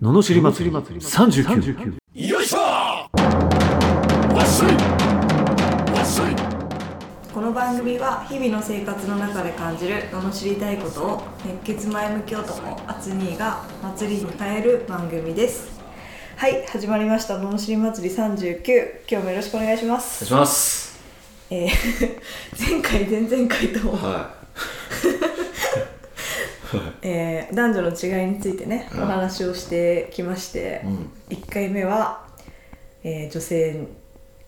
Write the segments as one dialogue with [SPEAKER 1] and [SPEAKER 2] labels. [SPEAKER 1] ののしり祭り39
[SPEAKER 2] よいしょわっしょいわっしょい
[SPEAKER 3] この番組は日々の生活の中で感じる罵りたいことを熱血前向き男アツニーが祭りに変える番組ですはい始まりました罵り祭り39今日もよろしくお願いしま
[SPEAKER 2] お願い
[SPEAKER 3] す
[SPEAKER 2] します
[SPEAKER 3] えー 前回前々回と、
[SPEAKER 2] は
[SPEAKER 3] えー男女の違いについてねお話をしてきまして、
[SPEAKER 2] ん
[SPEAKER 3] 1回目は、えー女性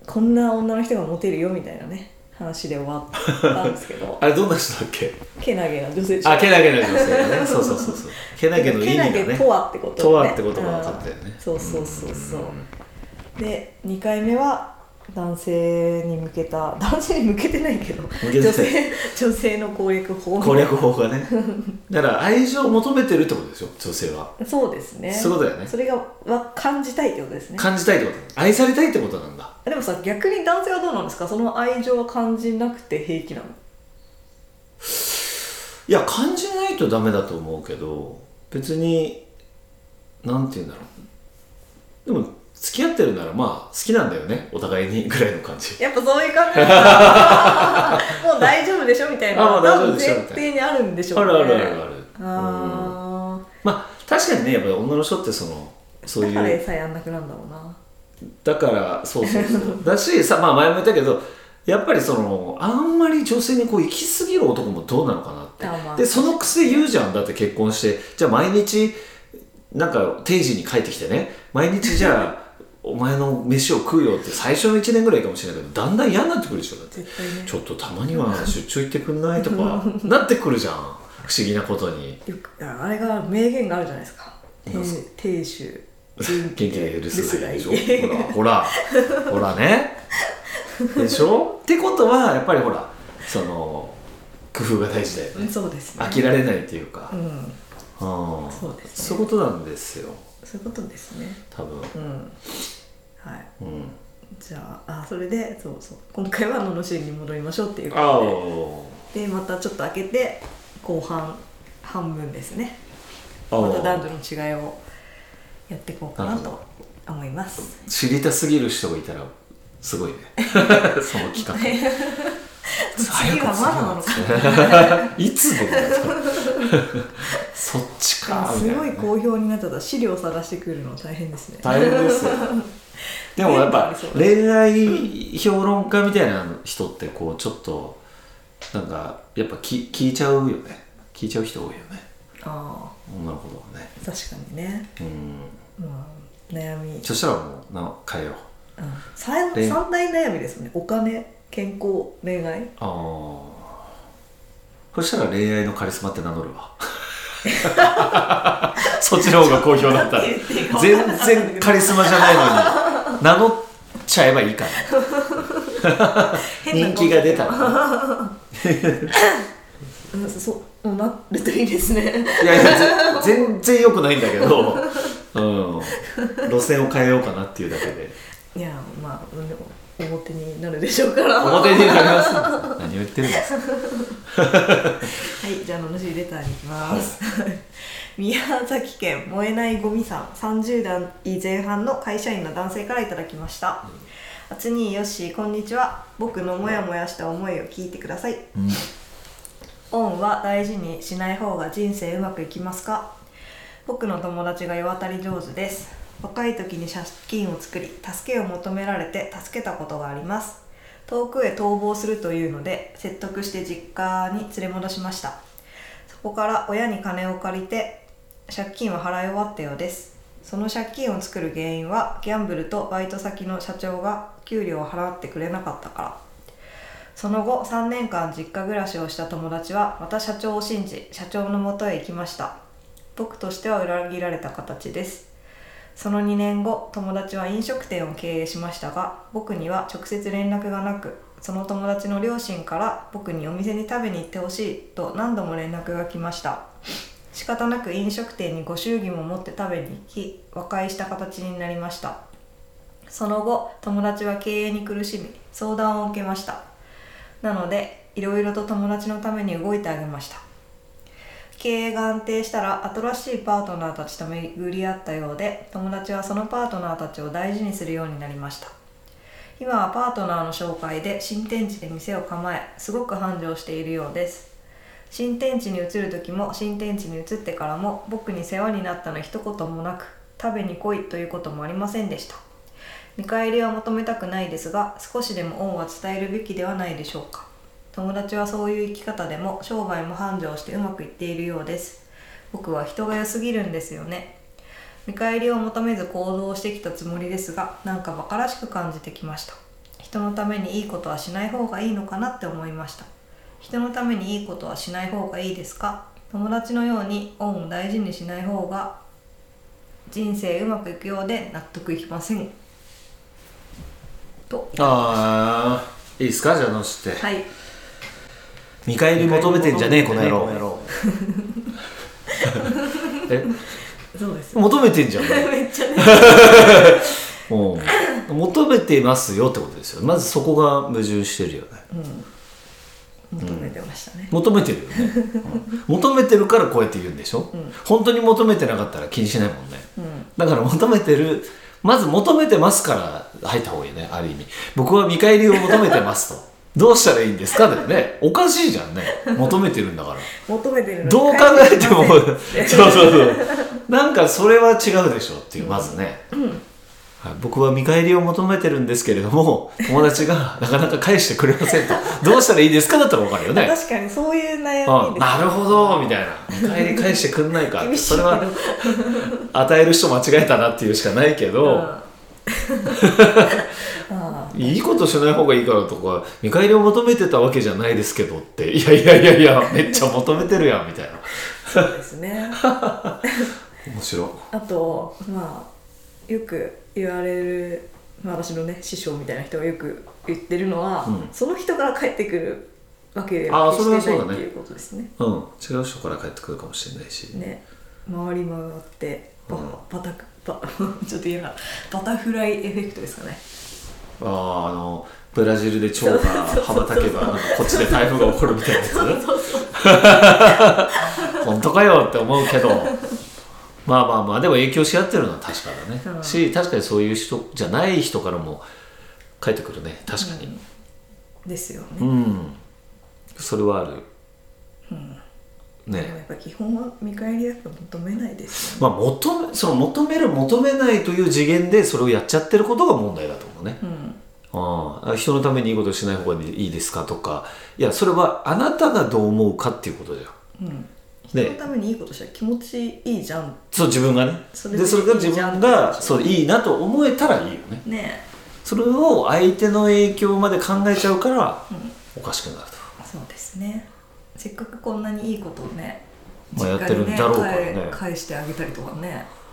[SPEAKER 3] こんな女の人がモテるよみたいなね話で終わったんですけど
[SPEAKER 2] い あれどんな人だっけ
[SPEAKER 3] けなげな女性
[SPEAKER 2] あけなげな女性 だねそうそうそうそうけなげの意味が
[SPEAKER 3] けな
[SPEAKER 2] ね
[SPEAKER 3] げとはってこと
[SPEAKER 2] はってことが分かったよね
[SPEAKER 3] うんそうそうそうそう、で2回目は男性に向けた男性に向けてないけど
[SPEAKER 2] けてない
[SPEAKER 3] 女性女性の攻略法
[SPEAKER 2] 攻略法がねだから愛情を求めてるってことでしょ女性は
[SPEAKER 3] そうですね
[SPEAKER 2] そうだよね
[SPEAKER 3] それがわ感じたいってことですね
[SPEAKER 2] 感じたいってこと愛されたいってことなんだ
[SPEAKER 3] でもさ逆に男性はどうなんですかその愛情は感じなくて平気なの
[SPEAKER 2] いや感じないとダメだと思うけど別になんて言うんだろうでも付き合ってるならまあ好きなんだよねお互いにぐらいの感じ
[SPEAKER 3] やっぱそういう感 じなんだもう大丈夫でしょみたいな
[SPEAKER 2] あもう大丈夫でしょ
[SPEAKER 3] 多分前提にあるんでしょ
[SPEAKER 2] あ
[SPEAKER 3] う
[SPEAKER 2] る
[SPEAKER 3] ね
[SPEAKER 2] あるあるあるうん
[SPEAKER 3] あ
[SPEAKER 2] まあ確かにねやっぱり女の人ってその
[SPEAKER 3] ー
[SPEAKER 2] そう
[SPEAKER 3] だから
[SPEAKER 2] いう
[SPEAKER 3] 餌やんなくなんだろうな
[SPEAKER 2] だからそうそうそうだしさまあ前も言ったけどやっぱりそのあんまり女性にこう行き過ぎる男もどうなのかなって
[SPEAKER 3] あまあ
[SPEAKER 2] でそのくせ言うじゃんだって結婚してじゃあ毎日なんか定時に帰ってきてね毎日じゃあ お前の飯を食うよって最初の1年ぐらいかもしれないけどだんだん嫌になってくるでしょだって
[SPEAKER 3] 絶対ね
[SPEAKER 2] ちょっとたまには出張行ってくんないと かなってくるじゃん不思議なことに
[SPEAKER 3] よくああれが名言があるじゃないですか
[SPEAKER 2] 何です
[SPEAKER 3] 「亭主
[SPEAKER 2] 元気で留守がいいでしょ
[SPEAKER 3] 留守がいい
[SPEAKER 2] ほら ほらほらねでしょってことはやっぱりほらその工夫が大事だよ」ね
[SPEAKER 3] そうですね
[SPEAKER 2] 飽きられないっていうか
[SPEAKER 3] う、ん
[SPEAKER 2] うん、
[SPEAKER 3] そうです
[SPEAKER 2] そういうことなんですよ
[SPEAKER 3] そういうことですね
[SPEAKER 2] 多分、
[SPEAKER 3] うんはい
[SPEAKER 2] うん、
[SPEAKER 3] じゃああそれでそうそう今回は「ののしり」に戻りましょうっていう
[SPEAKER 2] ああ
[SPEAKER 3] ことででまたちょっと開けて後半半分ですねまた男女の違いをやっていこうかなと思います
[SPEAKER 2] 知りたすぎる人がいたらす ごいねその企画
[SPEAKER 3] 次はまだなのか
[SPEAKER 2] か いつでもだぞそっちかみた
[SPEAKER 3] す
[SPEAKER 2] いな
[SPEAKER 3] ご
[SPEAKER 2] ね
[SPEAKER 3] い好評になっちゃった資料探してくるの大変ですね
[SPEAKER 2] 大変です よでもやっぱ恋愛評論家みたいな人ってこうちょっとなんかやっぱき聞いちゃうよね聞いちゃう人多いよね
[SPEAKER 3] あ
[SPEAKER 2] 女の子とかね
[SPEAKER 3] あ確かにね
[SPEAKER 2] うん
[SPEAKER 3] まあ、悩み、
[SPEAKER 2] そしたらもうな変えよう
[SPEAKER 3] うん、三
[SPEAKER 2] 恋
[SPEAKER 3] 三大悩みですもんねお金健康恋愛
[SPEAKER 2] ああそしたら恋愛のカリスマって名乗るわ そっちの方が好評だったら
[SPEAKER 3] ちょっと待って言っていいか分かんなか
[SPEAKER 2] 全
[SPEAKER 3] ったんだけど
[SPEAKER 2] 然カリスマじゃないのに名乗っちゃえばいいから
[SPEAKER 3] 変な
[SPEAKER 2] 人気が出たら
[SPEAKER 3] うんそううんなるといいです ね
[SPEAKER 2] いやいやぜ全然良くないんだけど、うん、路線を変えようかなっていうだけで
[SPEAKER 3] いやまあうんでも表になるでしょうから
[SPEAKER 2] 表に出られます何を言ってるんですか
[SPEAKER 3] はいじゃあののしいレターに行きます、 宮崎県燃えないゴミさん30代前半の会社員の男性からいただきました、あつにーよっしーこんにちは僕のモヤモヤした思いを聞いてください
[SPEAKER 2] うん
[SPEAKER 3] 恩は大事にしない方が人生うまくいきますか僕の友達が世渡り上手です若い時に借金を作り助けを求められて助けたことがあります遠くへ逃亡するというので説得して実家に連れ戻しましたそこから親に金を借りて借金を払い終わったようですその借金を作る原因はギャンブルとバイト先の社長が給料を払ってくれなかったからその後3年間実家暮らしをした友達はまた社長を信じ社長のもとへ行きました僕としては裏切られた形ですその2年後友達は飲食店を経営しましたが僕には直接連絡がなくその友達の両親から僕にお店に食べに行ってほしいと何度も連絡が来ました仕方なく飲食店にご祝儀も持って食べに行き和解した形になりましたその後友達は経営に苦しみ相談を受けましたなのでいろいろと友達のために動いてあげました経営が安定したら新しいパートナーたちと巡り合ったようで友達はそのパートナーたちを大事にするようになりました今はパートナーの紹介で新天地で店を構えすごく繁盛しているようです新天地に移る時も新天地に移ってからも僕に世話になったの一言もなく食べに来いということもありませんでした見返りは求めたくないですが少しでも恩は伝えるべきではないでしょうか友達はそういう生き方でも商売も繁盛してうまくいっているようです僕は人が良すぎるんですよね見返りを求めず行動してきたつもりですがなんか馬鹿らしく感じてきました人のためにいいことはしない方がいいのかなって思いました人のためにいいことはしない方がいいですか友達のように恩を大事にしない方が人生うまくいくようで納得いきませんと
[SPEAKER 2] あーいいですかじゃあのして、
[SPEAKER 3] はい
[SPEAKER 2] 見返り求めてんじゃねえこの野郎え
[SPEAKER 3] そう です
[SPEAKER 2] 求めてんじゃんお前
[SPEAKER 3] めっちゃね
[SPEAKER 2] うん求めてますよってことですよまずそこが矛盾してるよね
[SPEAKER 3] 求めてましたね、
[SPEAKER 2] 求めてるよね、うん求めてるからこうやって言うんでしょ、本当に求めてなかったら気にしないもんね、だから求めてるまず求めてますから入った方がいいねある意味僕は見返りを求めてます とどうしたらいいんですかだよねおかしいじゃんね求めてるんだから
[SPEAKER 3] 求めてるのに
[SPEAKER 2] どう考
[SPEAKER 3] 返
[SPEAKER 2] え
[SPEAKER 3] ってき
[SPEAKER 2] も
[SPEAKER 3] ませ ん
[SPEAKER 2] そうそうそうなんかそれは違うでしょっていうまずね、はい、僕は見返りを求めてるんですけれども友達がなかなか返してくれませんとどうしたらいいですかだったら分かるよね
[SPEAKER 3] 確かにそういう悩み
[SPEAKER 2] あ
[SPEAKER 3] です
[SPEAKER 2] なるほどみたいな見返り返してくんないかって
[SPEAKER 3] 厳しい
[SPEAKER 2] そ
[SPEAKER 3] け
[SPEAKER 2] れ
[SPEAKER 3] ど
[SPEAKER 2] は与える人間違えたなっていうしかないけ
[SPEAKER 3] うん
[SPEAKER 2] ど、
[SPEAKER 3] ああ
[SPEAKER 2] いいことしない方がいいからとか見返りを求めてたわけじゃないですけどっていやいやいやいやめっちゃ求めてるやんみたいな
[SPEAKER 3] そうですね
[SPEAKER 2] 面白い
[SPEAKER 3] あとまあよく言われる、まあ、私のね師匠みたいな人がよく言ってるのは、
[SPEAKER 2] うん
[SPEAKER 3] その人から返ってくるわけで
[SPEAKER 2] あ
[SPEAKER 3] は
[SPEAKER 2] ー
[SPEAKER 3] 決
[SPEAKER 2] それは
[SPEAKER 3] して
[SPEAKER 2] そう
[SPEAKER 3] な
[SPEAKER 2] だ
[SPEAKER 3] い
[SPEAKER 2] ね
[SPEAKER 3] っていうことですね
[SPEAKER 2] うん違う人から帰ってくるかもしれないし、
[SPEAKER 3] ね回り回ってバ
[SPEAKER 2] うん
[SPEAKER 3] バタクバ ちょっと言えなバタフライエフェクトですかね
[SPEAKER 2] あーあのブラジルで蝶が羽ばたけばなんかこっちで台風が起こるみたいなやつ 本当かよって思うけどまあまあまあでも影響し合ってるのは確かだね、
[SPEAKER 3] うん
[SPEAKER 2] し確かにそういう人じゃない人からも帰ってくるね確かに
[SPEAKER 3] ですよね、
[SPEAKER 2] うん、それはある、
[SPEAKER 3] でも
[SPEAKER 2] ね
[SPEAKER 3] やっぱ基本は見返りやっぱ求めないですよね
[SPEAKER 2] まあ求めその求める求めないという次元でそれをやっちゃってることが問題だと思うね、
[SPEAKER 3] うん
[SPEAKER 2] ああ人のためにいいことしない方がいいですかとかいやそれはあなたがどう思うかっていうことじゃん
[SPEAKER 3] うん人
[SPEAKER 2] ね
[SPEAKER 3] のためにいいことしたら気持ちいいじゃん
[SPEAKER 2] そう自分がね
[SPEAKER 3] それ
[SPEAKER 2] でそれが自分がそういいなと思えたらいいよね
[SPEAKER 3] ね
[SPEAKER 2] それを相手の影響まで考えちゃうからおかしくなると
[SPEAKER 3] そうですねせっかくこんなにいいことをね
[SPEAKER 2] まあやってるんだろうからね
[SPEAKER 3] 実家に返返してあげたりとかね、
[SPEAKER 2] うん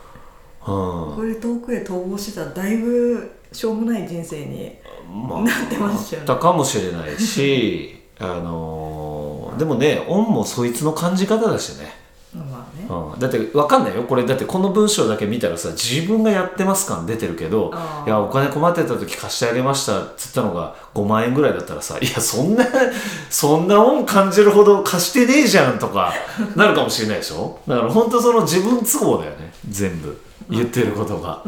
[SPEAKER 3] これで遠くへ逃亡してたらだいぶしょうもない人生に
[SPEAKER 2] ま
[SPEAKER 3] なってましたよね
[SPEAKER 2] なったかもしれないし あのーでもね恩もそいつの感じ方だしね
[SPEAKER 3] まあね
[SPEAKER 2] うん、だって分かんないよこれだってこの文章だけ見たらさ自分がやってます感出てるけど
[SPEAKER 3] あ
[SPEAKER 2] い
[SPEAKER 3] ー
[SPEAKER 2] やお金困ってた時貸してあげましたっつったのが5万円ぐらいだったらさいやそんな そんな恩感じるほど貸してねえじゃんとかなるかもしれないでしょだから本当その自分都合だよね全部言ってることが、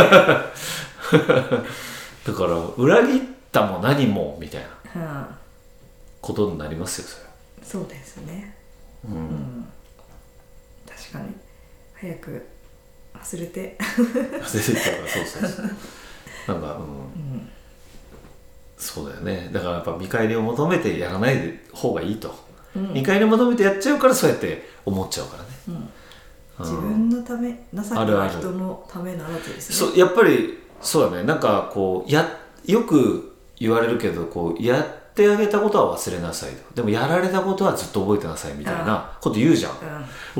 [SPEAKER 2] だから裏切ったも何もみたいな
[SPEAKER 3] うん
[SPEAKER 2] ことになりますよそれは
[SPEAKER 3] そうですね
[SPEAKER 2] うん
[SPEAKER 3] 確かに早く忘れ
[SPEAKER 2] 出てっ
[SPEAKER 3] て
[SPEAKER 2] たからそうそうそうなんかうん、そうだよねだからやっぱ見返りを求めてやらない方がいいと、
[SPEAKER 3] うん
[SPEAKER 2] 見返りを求めてやっちゃうからそうやって思っちゃうからね、うん
[SPEAKER 3] 自分のため情け
[SPEAKER 2] あるあ
[SPEAKER 3] は
[SPEAKER 2] る
[SPEAKER 3] 人のためならずですね
[SPEAKER 2] そうやっぱりそうだねなんかこうやよく言われるけどこうやってあげたことは忘れなさいとでもやられたことはずっと覚えてなさいみたいなこと言うじゃん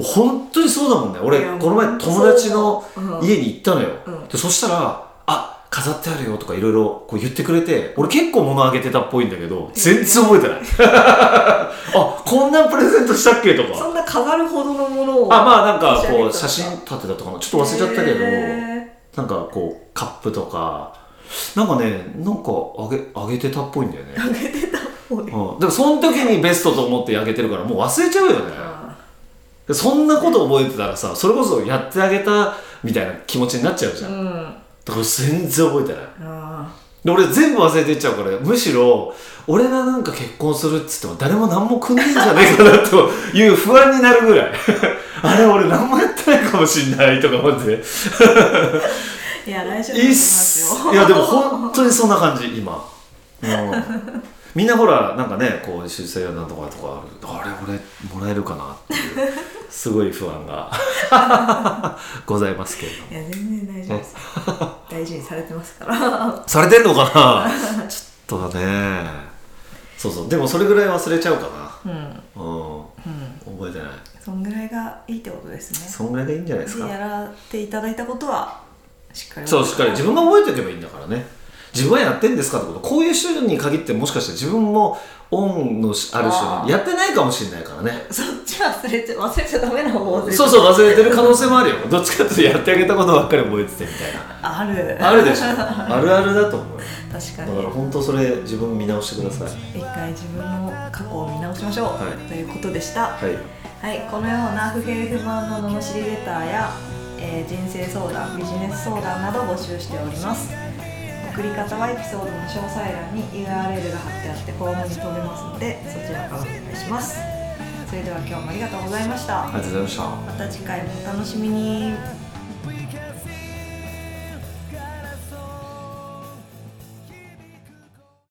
[SPEAKER 2] 本当にそうだもんね俺
[SPEAKER 3] いや
[SPEAKER 2] この前友達の
[SPEAKER 3] うん
[SPEAKER 2] 家に行ったのよ、
[SPEAKER 3] うん
[SPEAKER 2] でそしたら「あ飾ってあるよ」とかいろいろこう言ってくれて俺結構物あげてたっぽいんだけど全然覚えて ないあこんなプレゼントしたっけと
[SPEAKER 3] うん
[SPEAKER 2] か
[SPEAKER 3] そんな飾るほどのものを
[SPEAKER 2] あまあなんかこう
[SPEAKER 3] 差
[SPEAKER 2] 写
[SPEAKER 3] し上げ
[SPEAKER 2] 真
[SPEAKER 3] た
[SPEAKER 2] 立てたとかなちょっと忘れちゃったけど、
[SPEAKER 3] へ
[SPEAKER 2] なんかこうカップとかなんかねなんかあげあげてたっぽいんだよ ね、
[SPEAKER 3] ーあげてたっぽい
[SPEAKER 2] うん、でもその時にベストと思ってあげてるからもう忘れちゃうよね
[SPEAKER 3] あ
[SPEAKER 2] でそんなこと覚えてたらさそれこそやってあげたみたいな気持ちになっちゃうじゃん、
[SPEAKER 3] うんあ
[SPEAKER 2] だから全然覚えてない
[SPEAKER 3] あ
[SPEAKER 2] で俺全部忘れてっちゃうからむしろ俺がなんか結婚するっつっても誰も何もくんねえんじゃねえかなという不安になるぐらい あれ俺何もやってないかもしんないとか思って
[SPEAKER 3] いや来週
[SPEAKER 2] いいっ
[SPEAKER 3] 話します
[SPEAKER 2] す
[SPEAKER 3] よ
[SPEAKER 2] いやでも本当にそんな感じ今、うん、みんなほらなんかねこう出世なんとかとかあるあれ俺もらえるかなっていうすごい不安が ございますけれども
[SPEAKER 3] いや全然大丈夫です大事にされてますから
[SPEAKER 2] されてんのかなちょっとだねそうそうでもそれぐらい忘れちゃうか
[SPEAKER 3] うんうん
[SPEAKER 2] なうん覚えてない
[SPEAKER 3] そんぐらいがいいってことですね
[SPEAKER 2] そんぐらいでいいんじゃないです
[SPEAKER 3] で
[SPEAKER 2] か
[SPEAKER 3] や
[SPEAKER 2] ら
[SPEAKER 3] っていただいたことはしっかり
[SPEAKER 2] そうしっかり自分が覚えておけばいいんだからね自分はやってんですかってことこういう人に限ってもしかしたら自分もオンのしある人
[SPEAKER 3] あー
[SPEAKER 2] にやってないかもしれないからね
[SPEAKER 3] そっち忘れちゃ忘れちゃダメな方忘れちゃ
[SPEAKER 2] そうそう忘れてる可能性もあるよどっちかっていうとやってあげたことばっかり覚えててみたいな
[SPEAKER 3] ある
[SPEAKER 2] あるでしょあるあるだと思うよ
[SPEAKER 3] 確か
[SPEAKER 2] だ
[SPEAKER 3] に
[SPEAKER 2] から本当それ自分見直してください
[SPEAKER 3] 一回自分の過去を見直しましょう、
[SPEAKER 2] はい
[SPEAKER 3] ということでした
[SPEAKER 2] はい
[SPEAKER 3] はいこのような不平不満の罵りレターや、えー人生相談ビジネス相談など募集しております送り方はエピソードの詳細欄に URL が貼ってあってフォームに飛べますのでそちらからお願いしますそれでは今日もありがとうございました
[SPEAKER 2] ありがとうございました
[SPEAKER 3] また次回もお楽しみに